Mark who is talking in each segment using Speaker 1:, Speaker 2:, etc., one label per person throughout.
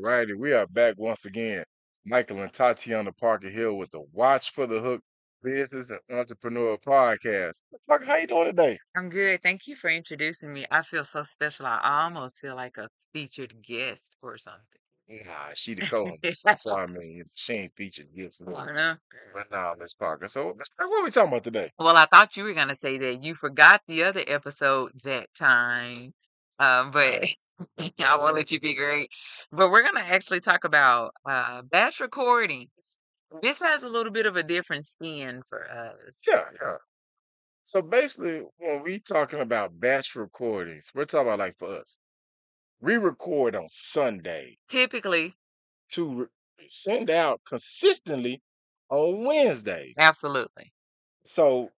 Speaker 1: righty, we are back once again. Michael and Tatiana Parker Hill with the Watch for the Hook Business and Entrepreneur Podcast. Parker, how you doing today?
Speaker 2: I'm good. Thank you for introducing me. I feel so special. I almost feel like a featured guest or something.
Speaker 1: Nah, she the co-host, so I mean, she ain't featured yet. so-
Speaker 2: I know.
Speaker 1: But nah, Miss Parker. So, Miss Parker, what we talking about today?
Speaker 2: Well, I thought you were going to say that you forgot the other episode that time, um, but I won't let you be great. But we're going to actually talk about uh, batch recording. This has a little bit of a different spin for us.
Speaker 1: Yeah, yeah. So basically, when we talking about batch recordings, we're talking about like for us, we record on Sunday
Speaker 2: Typically,
Speaker 1: to re- send out consistently on Wednesday.
Speaker 2: absolutely.
Speaker 1: So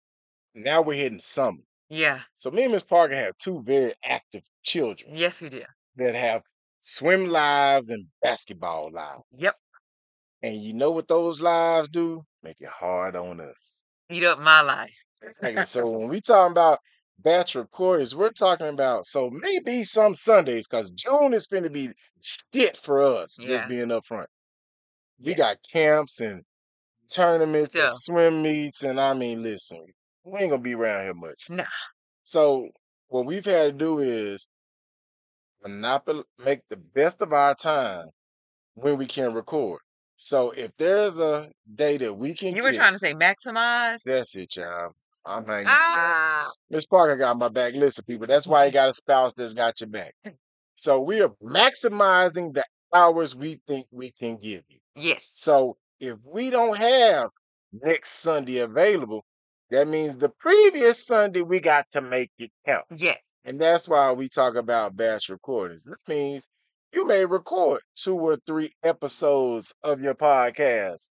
Speaker 1: now we're hitting summer.
Speaker 2: Yeah.
Speaker 1: So me and Miss Parker have two very active children
Speaker 2: Yes, we do.
Speaker 1: that have swim lives and basketball lives.
Speaker 2: Yep.
Speaker 1: And you know what those lives do? Make it hard on us.
Speaker 2: Eat up my life.
Speaker 1: Exactly. so when we talking about batch recordings, we're talking about so maybe some Sundays, because June is going to be shit for us, just
Speaker 2: Yeah.
Speaker 1: being upfront. We
Speaker 2: Yeah.
Speaker 1: got camps and tournaments and
Speaker 2: Stuff.
Speaker 1: swim meets, and I mean, listen, we ain't gonna be around here much.
Speaker 2: Nah.
Speaker 1: So what we've had to do is monopol- make the best of our time when we can record. So if there's a day that we can
Speaker 2: You were
Speaker 1: get,
Speaker 2: trying to say maximize?
Speaker 1: that's it, y'all. I'm hanging.
Speaker 2: Ah,
Speaker 1: Miss Parker got my back. Listen, people, that's why you got a spouse that's got your back. So we are maximizing the hours we think we can give you.
Speaker 2: yes.
Speaker 1: So if we don't have next Sunday available, that means the previous Sunday we got to make it count.
Speaker 2: Yes.
Speaker 1: And that's why we talk about batch recordings. That means you may record two or three episodes of your podcast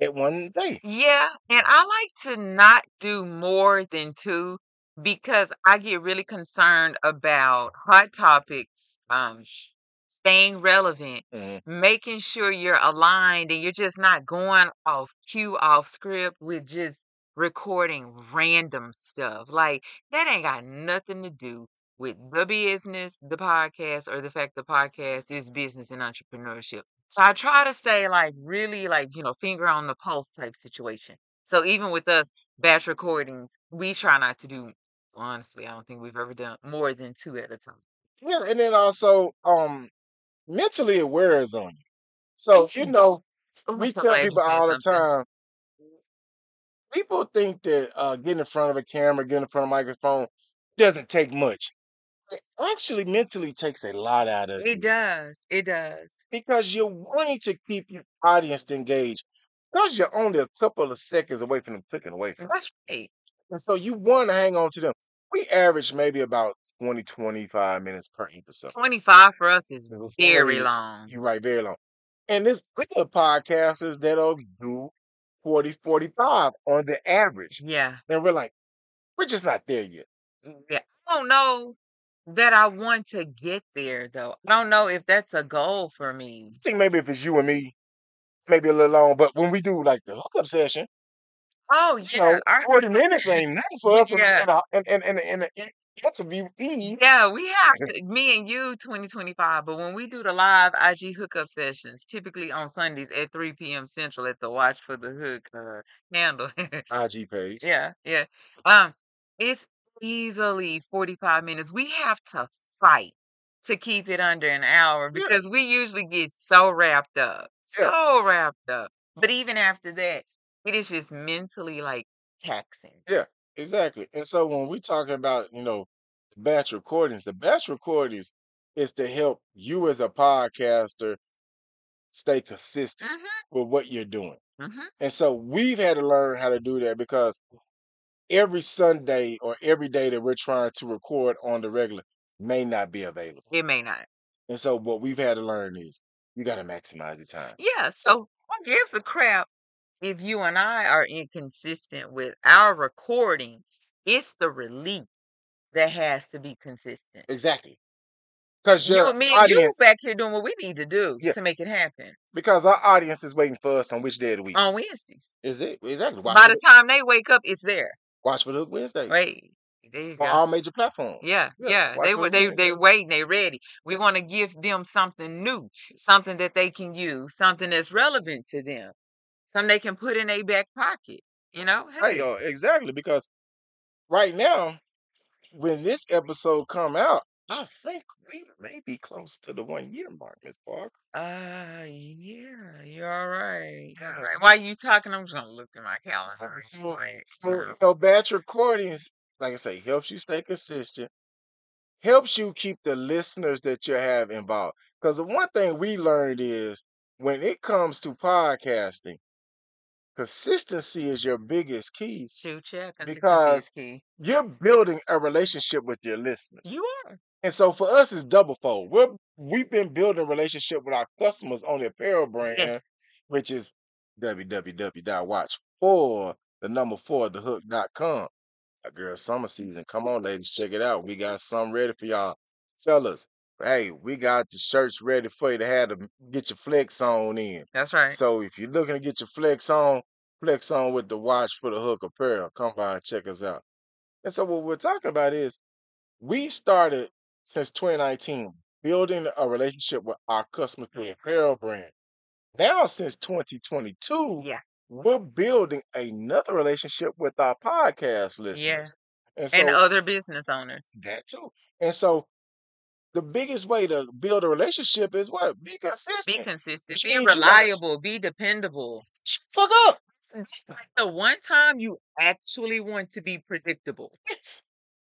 Speaker 1: at one day.
Speaker 2: Yeah. And I like to not do more than two because I get really concerned about hot topics, um, sh- staying relevant,
Speaker 1: Mhm.
Speaker 2: making sure you're aligned and you're just not going off cue, off script with just recording random stuff. Like that ain't got nothing to do with the business, the podcast, or the fact the podcast is business and entrepreneurship. So I try to stay like really like, you know, finger on the pulse type situation. So even with us batch recordings, we try not to do honestly, I don't think we've ever done more than two at a time.
Speaker 1: Yeah, and then also, um, mentally it wears on you. So you know,
Speaker 2: Oh, I'm
Speaker 1: we
Speaker 2: so
Speaker 1: tell
Speaker 2: glad you
Speaker 1: people
Speaker 2: said
Speaker 1: all the
Speaker 2: something.
Speaker 1: time. People think that uh, getting in front of a camera, getting in front of a microphone, doesn't take much. It actually mentally takes a lot out of
Speaker 2: It
Speaker 1: you
Speaker 2: does. It does.
Speaker 1: because you're wanting to keep your audience engaged. Because you're only a couple of seconds away from them clicking away from. you.
Speaker 2: That's right.
Speaker 1: And so you want to hang on to them. We average maybe about 20, 25 minutes per episode.
Speaker 2: 25 for us is
Speaker 1: It was
Speaker 2: very
Speaker 1: Very,
Speaker 2: long.
Speaker 1: you're right, very long. And there's other podcasters that'll do 40, 45 on the average.
Speaker 2: Yeah.
Speaker 1: And we're like, we're just not there yet.
Speaker 2: Yeah. I don't know that I want to get there, though. I don't know if that's a goal for me.
Speaker 1: I think maybe if it's you and me, maybe a little long, but when we do like the hookup session,
Speaker 2: Oh,
Speaker 1: you
Speaker 2: yeah.
Speaker 1: know,
Speaker 2: I
Speaker 1: 40 minutes ain't nothing for us in
Speaker 2: yeah.
Speaker 1: an in, in, in, in, in, in interview. Eve.
Speaker 2: Yeah, we have to, me and you 2025, but when we do the live IG hookup sessions, typically on Sundays at 3 p.m. Central at the Watch for the Hook uh, handle,
Speaker 1: IG page.
Speaker 2: Yeah, yeah. Um, it's easily 45 minutes. We have to fight to keep it under an hour
Speaker 1: Yeah,
Speaker 2: because we usually get so wrapped up,
Speaker 1: yeah.
Speaker 2: so wrapped up. But even after that, it is just mentally like taxing.
Speaker 1: Yeah, exactly. And so when we talking about, you know, batch recordings, the batch recordings is to help you as a podcaster stay consistent
Speaker 2: Mm-hmm.
Speaker 1: with what you're doing.
Speaker 2: Mm-hmm.
Speaker 1: And so we've had to learn how to do that because every Sunday or every day that we're trying to record on the regular may not be available.
Speaker 2: It may not.
Speaker 1: And so what we've had to learn is you got to maximize your time.
Speaker 2: Yeah.
Speaker 1: So
Speaker 2: So who gives a crap if you and I are inconsistent with our recording? It's the release that has to be consistent.
Speaker 1: exactly. Cuz
Speaker 2: You
Speaker 1: your
Speaker 2: and me and you
Speaker 1: audience,
Speaker 2: back here doing what we need to do
Speaker 1: yeah,
Speaker 2: to make it happen.
Speaker 1: because our audience is waiting for us on which day of the week.
Speaker 2: on Wednesdays.
Speaker 1: Is it exactly watch
Speaker 2: Um, By
Speaker 1: for
Speaker 2: the
Speaker 1: the
Speaker 2: time they wake up, it's there.
Speaker 1: Watch for the Hook Wednesday.
Speaker 2: Right. There you
Speaker 1: on
Speaker 2: go.
Speaker 1: all major platforms.
Speaker 2: Yeah,
Speaker 1: Yeah,
Speaker 2: yeah.
Speaker 1: watch
Speaker 2: They
Speaker 1: what
Speaker 2: were
Speaker 1: we
Speaker 2: they
Speaker 1: doing.
Speaker 2: they waiting, they ready. We want to give them something new, something that they can use, something that's relevant to them, something they can put in their back pocket. You know,
Speaker 1: Right,
Speaker 2: hey,
Speaker 1: uh, exactly. Because right now, when this episode come out, I think we may be close to the one year mark, Miss Parker.
Speaker 2: uh yeah, you're all right. You're all right. While you talking, I'm just gonna look at my calendar. real
Speaker 1: So,
Speaker 2: quick.
Speaker 1: so you know, batch recordings, like I say, helps you stay consistent, helps you keep the listeners that you have involved. Because the one thing we learned is when it comes to podcasting, consistency is your biggest key
Speaker 2: Shoot, yeah, consistency
Speaker 1: because
Speaker 2: is key.
Speaker 1: you're building a relationship with your listeners.
Speaker 2: You are.
Speaker 1: And so for us, it's double fold. We're we've been building relationship with our customers on the apparel
Speaker 2: Yes.
Speaker 1: brand, which is www.watch for the number four the hook.com. Uh, Girl, summer season. Come on, ladies, check it out. We got some ready for y'all, fellas. Hey, we got the shirts ready for you to have to get your flex on in.
Speaker 2: That's right.
Speaker 1: So if you're looking to get your flex on, flex on with the watch for the hook apparel. Come by and check us out. And so what we're talking about is we started since 2019 building a relationship with our customer through apparel brand. Now, since 2022,
Speaker 2: Yeah.
Speaker 1: we're building another relationship with our podcast
Speaker 2: Yeah.
Speaker 1: listeners. And
Speaker 2: And
Speaker 1: so
Speaker 2: other business owners.
Speaker 1: that too. And so the biggest way to build a relationship is what? Be
Speaker 2: Be
Speaker 1: consistent.
Speaker 2: consistent,
Speaker 1: Which
Speaker 2: be
Speaker 1: means you gotta
Speaker 2: reliable, be dependable.
Speaker 1: shut the fuck up.
Speaker 2: That's like the one time you actually want to be predictable.
Speaker 1: Yes.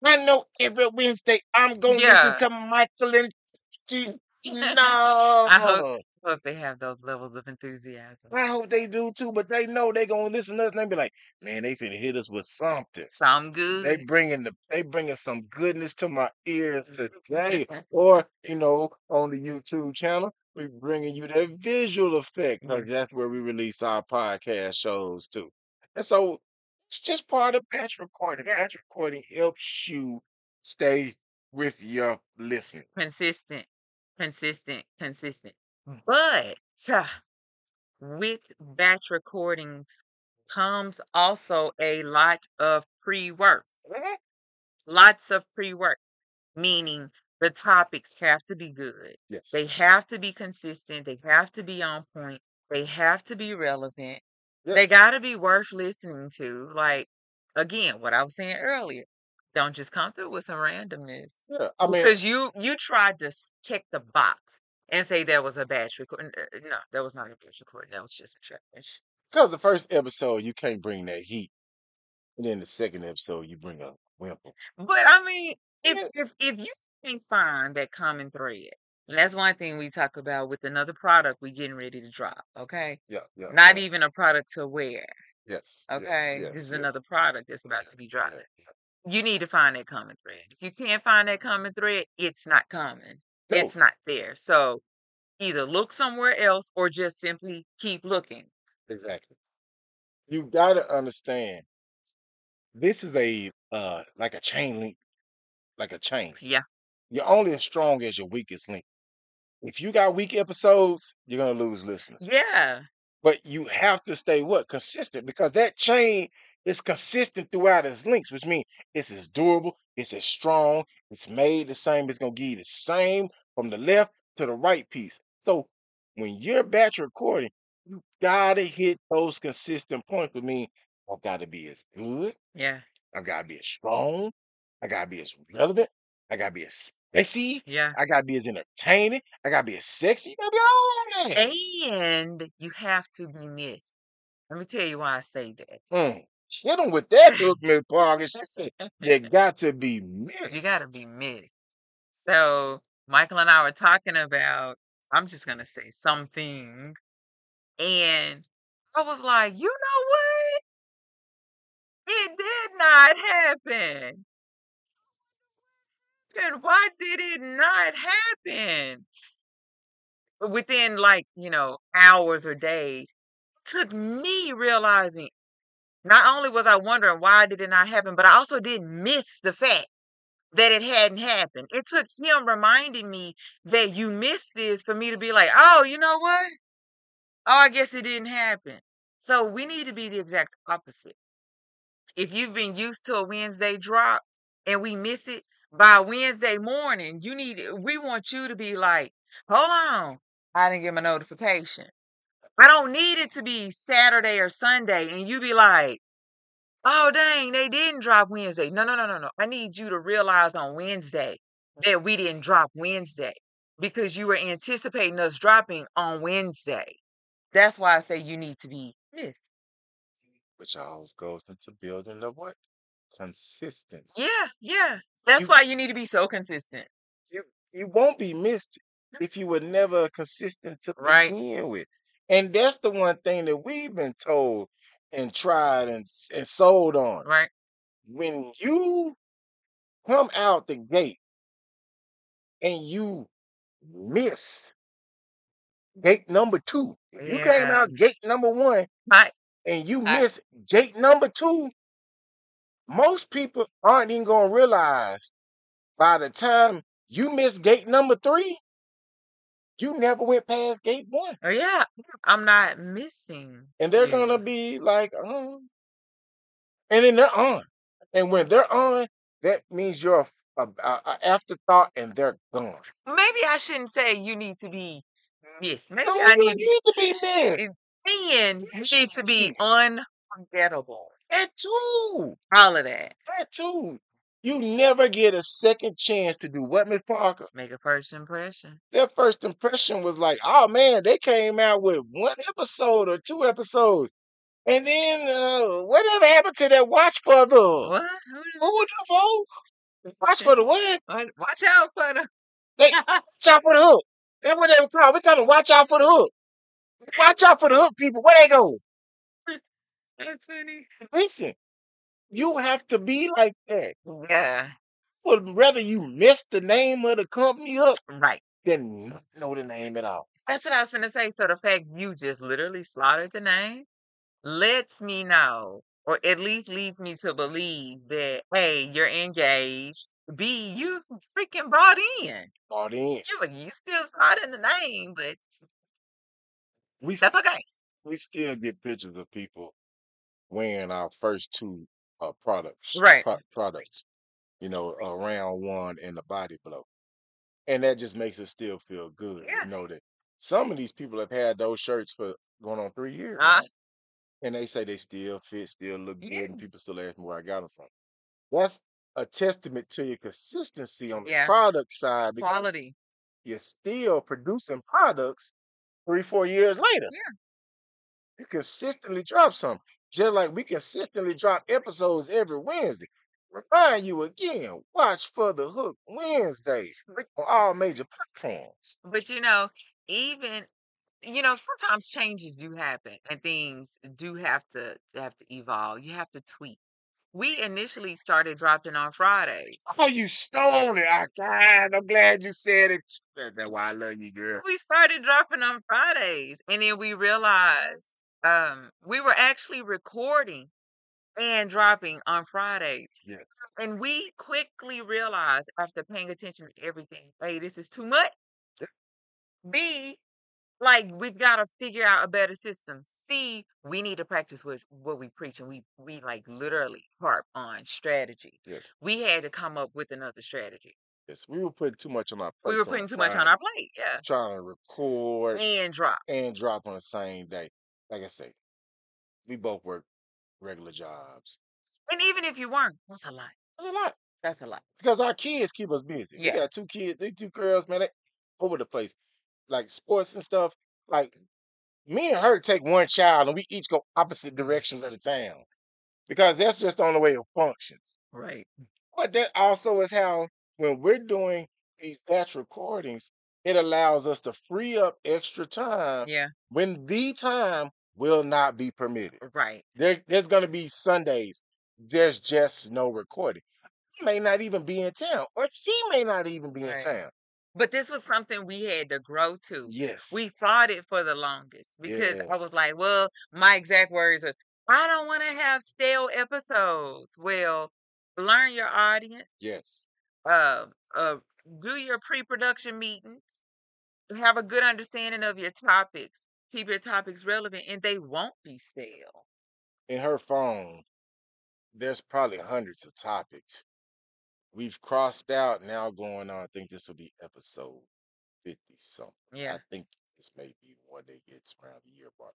Speaker 1: I know every Wednesday I'm gonna listen
Speaker 2: Yeah.
Speaker 1: to Michael and T.
Speaker 2: I hope
Speaker 1: No.
Speaker 2: hope they have those levels of enthusiasm.
Speaker 1: I hope they do too, but they know they gonna listen to us and they be like, man, they finna hit us with something.
Speaker 2: Some
Speaker 1: They
Speaker 2: good.
Speaker 1: bringing the they bringing some goodness to my ears
Speaker 2: Mm.
Speaker 1: today, or you know, on the YouTube channel, we bringing you that visual effect because
Speaker 2: Mm.
Speaker 1: that's where we release our podcast shows too. And so it's just part of batch recording. Batch recording helps you stay with your listener.
Speaker 2: Consistent. Consistent. Consistent. But uh, with batch recordings comes also a lot of pre-work. Lots of pre-work. meaning the topics have to be good.
Speaker 1: Yes.
Speaker 2: They have to be consistent. They have to be on point. They have to be relevant.
Speaker 1: Yeah.
Speaker 2: They got to be worth listening to. Like, again, what I was saying earlier, don't just come through with some randomness
Speaker 1: Yeah. I mean,
Speaker 2: because you you tried to s- check the box and say there was a batch recording. No, that was not a batch recording. That was just trash.
Speaker 1: because the first episode you can't bring that heat. And then the second episode, you bring up Wimple.
Speaker 2: But I mean, if
Speaker 1: Yeah,
Speaker 2: if if you can find that common thread, and that's one thing we talk about with another product we getting ready to drop. Okay,
Speaker 1: yeah, yeah,
Speaker 2: not
Speaker 1: yeah.
Speaker 2: even a product to wear.
Speaker 1: Yes, yes,
Speaker 2: Okay, this
Speaker 1: yes,
Speaker 2: is
Speaker 1: yes.
Speaker 2: another product that's
Speaker 1: Yeah,
Speaker 2: about to be
Speaker 1: yeah,
Speaker 2: dropping.
Speaker 1: yeah.
Speaker 2: You need to find that common thread. If you can't find that common thread, it's not common. It's
Speaker 1: No,
Speaker 2: not there. So either look somewhere else or just simply keep looking.
Speaker 1: exactly. You gotta understand. This is a uh like a chain link, like a chain.
Speaker 2: Yeah,
Speaker 1: You're only as strong as your weakest link. If you got weak episodes, you're gonna lose listeners.
Speaker 2: yeah,
Speaker 1: But you have to stay what consistent because that chain is consistent throughout its links, which means it's as durable, it's as strong, it's made the same. It's gonna give you the same from the left to the right piece. So when you're batch recording, you gotta hit those consistent points. With me, I've got to be as good,
Speaker 2: yeah,
Speaker 1: I gotta be as strong. I gotta be as relevant. I gotta be as spicy.
Speaker 2: yeah.
Speaker 1: I gotta be as entertaining. I gotta be as sexy. You gotta be all that.
Speaker 2: And you have to be missed. Let me tell you why I say that.
Speaker 1: Mm. Hit him with that hook, Miss Parker. She said, "You got to be
Speaker 2: you gotta
Speaker 1: missed."
Speaker 2: be mixed. So Michael and I were talking about, I'm just gonna say something. And I was like, you know what? It did not happen. And why did it not happen? But Within like, you know, hours or days, took me realizing not only was I wondering why did it not happen, but I also didn't miss the fact that it hadn't happened. It took him reminding me that you missed this for me to be like, oh, you know what? Oh, I guess it didn't happen. So we need to be the exact opposite. If you've been used to a Wednesday drop and we miss it by Wednesday morning, you need uh, we want you to be like, hold on, I didn't get my notification. I don't need it to be Saturday or Sunday, and you be like, oh dang, they didn't drop Wednesday. No, no, no, no, no. I need you to realize on Wednesday that we didn't drop Wednesday because you were anticipating us dropping on Wednesday. That's why I say you need to be missed.
Speaker 1: Which always goes into building the what? Consistency.
Speaker 2: Yeah, yeah. That's
Speaker 1: You
Speaker 2: why you need to be so consistent.
Speaker 1: you you won't be missed if you were never consistent to
Speaker 2: Right.
Speaker 1: begin with. And that's the one thing that we've been told and tried and, s- and sold on.
Speaker 2: Right.
Speaker 1: When you come out the gate and you miss gate number two, if you came
Speaker 2: Yeah.
Speaker 1: out gate number one
Speaker 2: I
Speaker 1: and you
Speaker 2: I
Speaker 1: miss gate number two, most people aren't even going to realize by the time you miss gate number three, you never went past gate one.
Speaker 2: oh yeah. I'm not missing
Speaker 1: and they're
Speaker 2: you.
Speaker 1: gonna be like, oh, and then they're on, and when they're on, that means you're a, a, a- a afterthought, and they're gone.
Speaker 2: Maybe I shouldn't say you need to be missed. Maybe
Speaker 1: No,
Speaker 2: I
Speaker 1: you
Speaker 2: need
Speaker 1: need to be
Speaker 2: is
Speaker 1: missed.
Speaker 2: then you
Speaker 1: Yes,
Speaker 2: need to
Speaker 1: you
Speaker 2: be
Speaker 1: need
Speaker 2: unforgettable.
Speaker 1: that too.
Speaker 2: All of that.
Speaker 1: That too. You never get a second chance to do what, Miss Parker.
Speaker 2: Make a first impression.
Speaker 1: Their first impression was like, oh man, they came out with one episode or two episodes, and then uh, whatever happened to that watch for the
Speaker 2: What? Who
Speaker 1: who would the folk? Watch
Speaker 2: the-
Speaker 1: for the what?
Speaker 2: what? Watch out uh, for the.
Speaker 1: They watch out for the hook. That's what they were called. We gotta watch out for the hook. Watch out for the hook, people. Where they go?
Speaker 2: That's funny.
Speaker 1: Listen, you have to be like that.
Speaker 2: Yeah.
Speaker 1: Would rather you mess the name of the company up
Speaker 2: Right.
Speaker 1: than not know the name at all.
Speaker 2: That's what I was gonna say. So the fact you just literally slaughtered the name lets me know, or at least leads me to believe that A, you're engaged. B, you freaking bought in.
Speaker 1: Bought in.
Speaker 2: You were- you still slaughtering the name, but
Speaker 1: We s-
Speaker 2: that's okay.
Speaker 1: we still get pictures of people wearing our first two uh, products
Speaker 2: Right.
Speaker 1: pro- products. You know, uh, round one and the body blow. and that just makes it still feel good to
Speaker 2: Yeah.
Speaker 1: know that some of these people have had those shirts for going on three years
Speaker 2: Uh,
Speaker 1: now, and they say they still fit, still look
Speaker 2: yeah.
Speaker 1: good, and people still ask me where I got them from. That's a testament to your consistency on the
Speaker 2: Yeah.
Speaker 1: product side because
Speaker 2: Quality.
Speaker 1: you're still producing products three, four years later.
Speaker 2: Yeah.
Speaker 1: You consistently drop something, just like we consistently drop episodes every Wednesday. Remind you again, watch for the hook Wednesdays
Speaker 2: But
Speaker 1: on all major platforms.
Speaker 2: but you know, even you know, sometimes changes do happen and things do have to have to evolve. You have to tweak. We initially started dropping on Fridays.
Speaker 1: Oh, you stole it. I, God, I'm glad you said it. That- That's why I love you, girl.
Speaker 2: we started dropping on Fridays and then we realized um we were actually recording and dropping on Fridays.
Speaker 1: Yeah.
Speaker 2: And we quickly realized after paying attention to everything, hey, this is too much. B, like we've got to figure out a better system. C, we need to practice what what we preach, and we we like literally harp on strategy.
Speaker 1: Yes.
Speaker 2: We had to come up with another strategy.
Speaker 1: Yes. We were putting too much on our
Speaker 2: We were
Speaker 1: plates on
Speaker 2: putting too much on our
Speaker 1: Fridays,
Speaker 2: plate, yeah,
Speaker 1: trying to record
Speaker 2: and drop.
Speaker 1: and drop on the same day. Like I say, we both work regular jobs.
Speaker 2: And even if you weren't, that's a lot.
Speaker 1: It's a lot
Speaker 2: That's a lot.
Speaker 1: because our kids keep us busy. We
Speaker 2: Yeah.
Speaker 1: got two kids, they two girls, man, they over the place. Like sports and stuff. Like me and her take one child and we each go opposite directions of the town because that's just the only way it functions.
Speaker 2: Right.
Speaker 1: But that also is how, when we're doing these batch recordings, it allows us to free up extra time
Speaker 2: Yeah.
Speaker 1: when the time will not be permitted.
Speaker 2: Right.
Speaker 1: There, there's going to be Sundays, there's just no recording. I may not even be in town, or she may not even be in
Speaker 2: Right.
Speaker 1: town.
Speaker 2: But this was something we had to grow to. We
Speaker 1: Yes,
Speaker 2: fought it for the longest because I
Speaker 1: yes,
Speaker 2: was like, well, my exact words was, I don't want to have stale episodes. Well, learn your audience,
Speaker 1: yes.
Speaker 2: uh, uh, do your pre production meetings, have a good understanding of your topics, keep your topics relevant, and they won't be stale.
Speaker 1: In her phone, there's probably hundreds of topics. We've crossed out now going on. I think this will be episode 50 something. I
Speaker 2: Yeah.
Speaker 1: think this may be one that gets around the year, but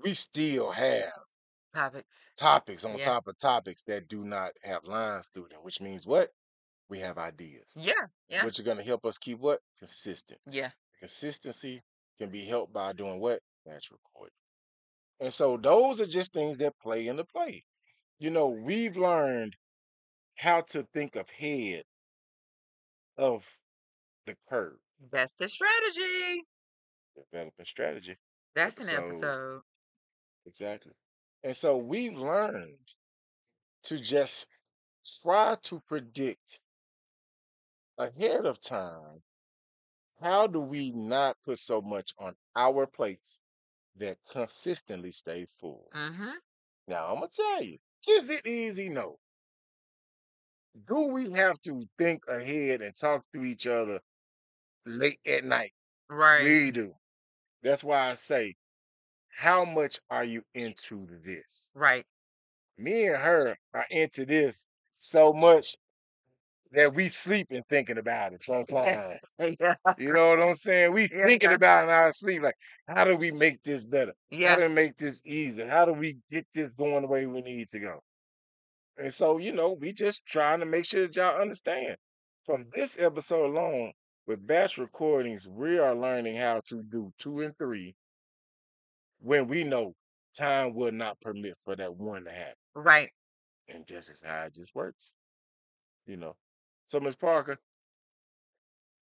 Speaker 1: we still have
Speaker 2: Topics.
Speaker 1: topics on
Speaker 2: Yeah.
Speaker 1: top of topics that do not have lines through them, which means what? We have ideas,
Speaker 2: Yeah. Yeah.
Speaker 1: which are going to help us keep what? Consistent.
Speaker 2: Yeah.
Speaker 1: Consistency can be helped by doing what? That's recording. And so those are just things that play in the play. You know, we've learned how to think ahead of the curve,
Speaker 2: That's the strategy.
Speaker 1: developing strategy.
Speaker 2: That's an
Speaker 1: So
Speaker 2: episode.
Speaker 1: exactly. And so we've learned to just try to predict ahead of time how do we not put so much on our plates that consistently stay full.
Speaker 2: Mm-hmm.
Speaker 1: Now I'm gonna tell you, is it easy? No. Do we have to think ahead and talk to each other late at night?
Speaker 2: Right.
Speaker 1: We do. That's why I say, how much are you into this?
Speaker 2: Right.
Speaker 1: Me and her are into this so much that we sleeping thinking about it sometimes.
Speaker 2: yeah.
Speaker 1: You know what I'm saying? We
Speaker 2: Yeah.
Speaker 1: thinking about it in our sleep, like, how do we make this better? How
Speaker 2: Yeah.
Speaker 1: do we make this easier? How do we get this going the way we need to go? And so, you know, we just trying to make sure that y'all understand. From this episode alone, with batch recordings, we are learning how to do two and three when we know time will not permit for that one to happen.
Speaker 2: Right.
Speaker 1: And just is how it just works, you know. So, Miss Parker,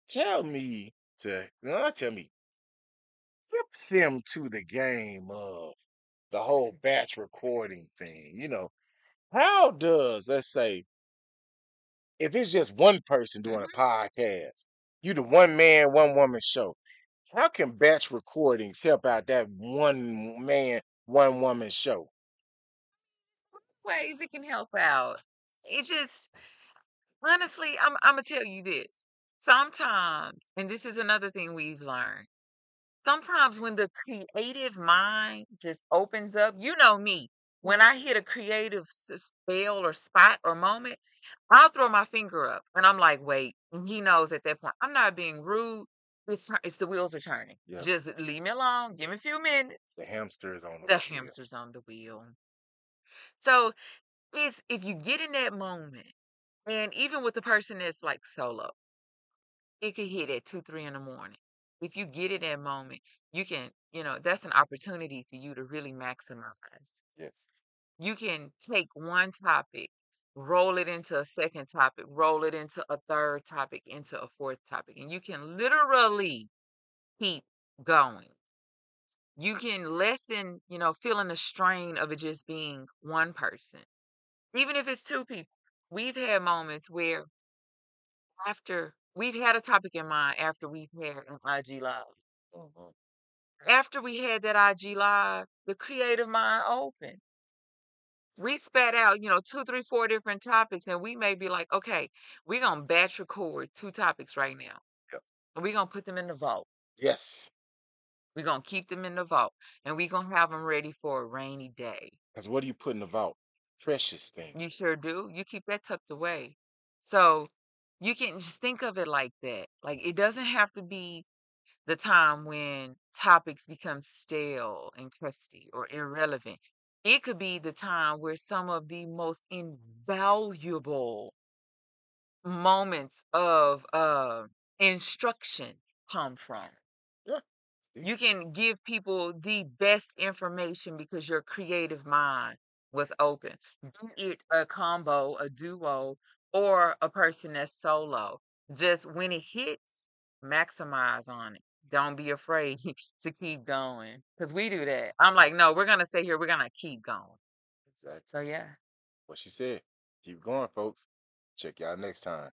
Speaker 1: tell me to not tell me, flip them to the game of the whole batch recording thing. You know, how does let's say if it's just one person doing a
Speaker 2: Mm-hmm.
Speaker 1: podcast, you the one man, one woman show. How can batch recordings help out that one man, one woman show?
Speaker 2: Ways it can help out. It just honestly, I'm I'm gonna tell you this. Sometimes, and this is another thing we've learned. Sometimes when the creative mind just opens up, you know me. When I hit a creative s- spell or spot or moment, I'll throw my finger up and I'm like, wait. And he knows at that point. I'm not being rude. It's tur- it's the wheels are turning.
Speaker 1: Yep,
Speaker 2: Just leave me alone. Give me a few minutes.
Speaker 1: the hamster is on the
Speaker 2: The
Speaker 1: wheel.
Speaker 2: hamster's on the wheel. So it's if you get in that moment, and even with the person that's like solo, it could hit at two, three in the morning. If you get it that moment, you can, you know, that's an opportunity for you to really maximize.
Speaker 1: Yes,
Speaker 2: You can take one topic, roll it into a second topic, roll it into a third topic, into a fourth topic, and you can literally keep going. You can lessen, you know, feeling the strain of it just being one person, even if it's two people. We've had moments where after we've had a topic in mind after we've had an IG live.
Speaker 1: Mhm.
Speaker 2: After we had that IG live, the creative mind opened. We spat out, you know, two, three, four different topics, and we may be like, okay, we're gonna batch record two topics right now,
Speaker 1: yep.
Speaker 2: and we're gonna put them in the vault.
Speaker 1: yes.
Speaker 2: We're gonna keep them in the vault, and we're gonna have them ready for a rainy day.
Speaker 1: Because what do you put in the vault? Precious things.
Speaker 2: You sure do. You keep that tucked away. So you can just think of it like that. Like it doesn't have to be the time when topics become stale and crusty or irrelevant. It could be the time where some of the most invaluable moments of uh, instruction come from.
Speaker 1: Yeah, it's deep.
Speaker 2: You can give people the best information because your creative mind was open. Be it a combo, a duo, or a person that's solo. Just when it hits, maximize on it. Don't be afraid to keep going because we do that. I'm like, no, we're going to stay here. We're going to keep going.
Speaker 1: Exactly.
Speaker 2: So, yeah.
Speaker 1: What she said. Keep going, folks. Check y'all next time.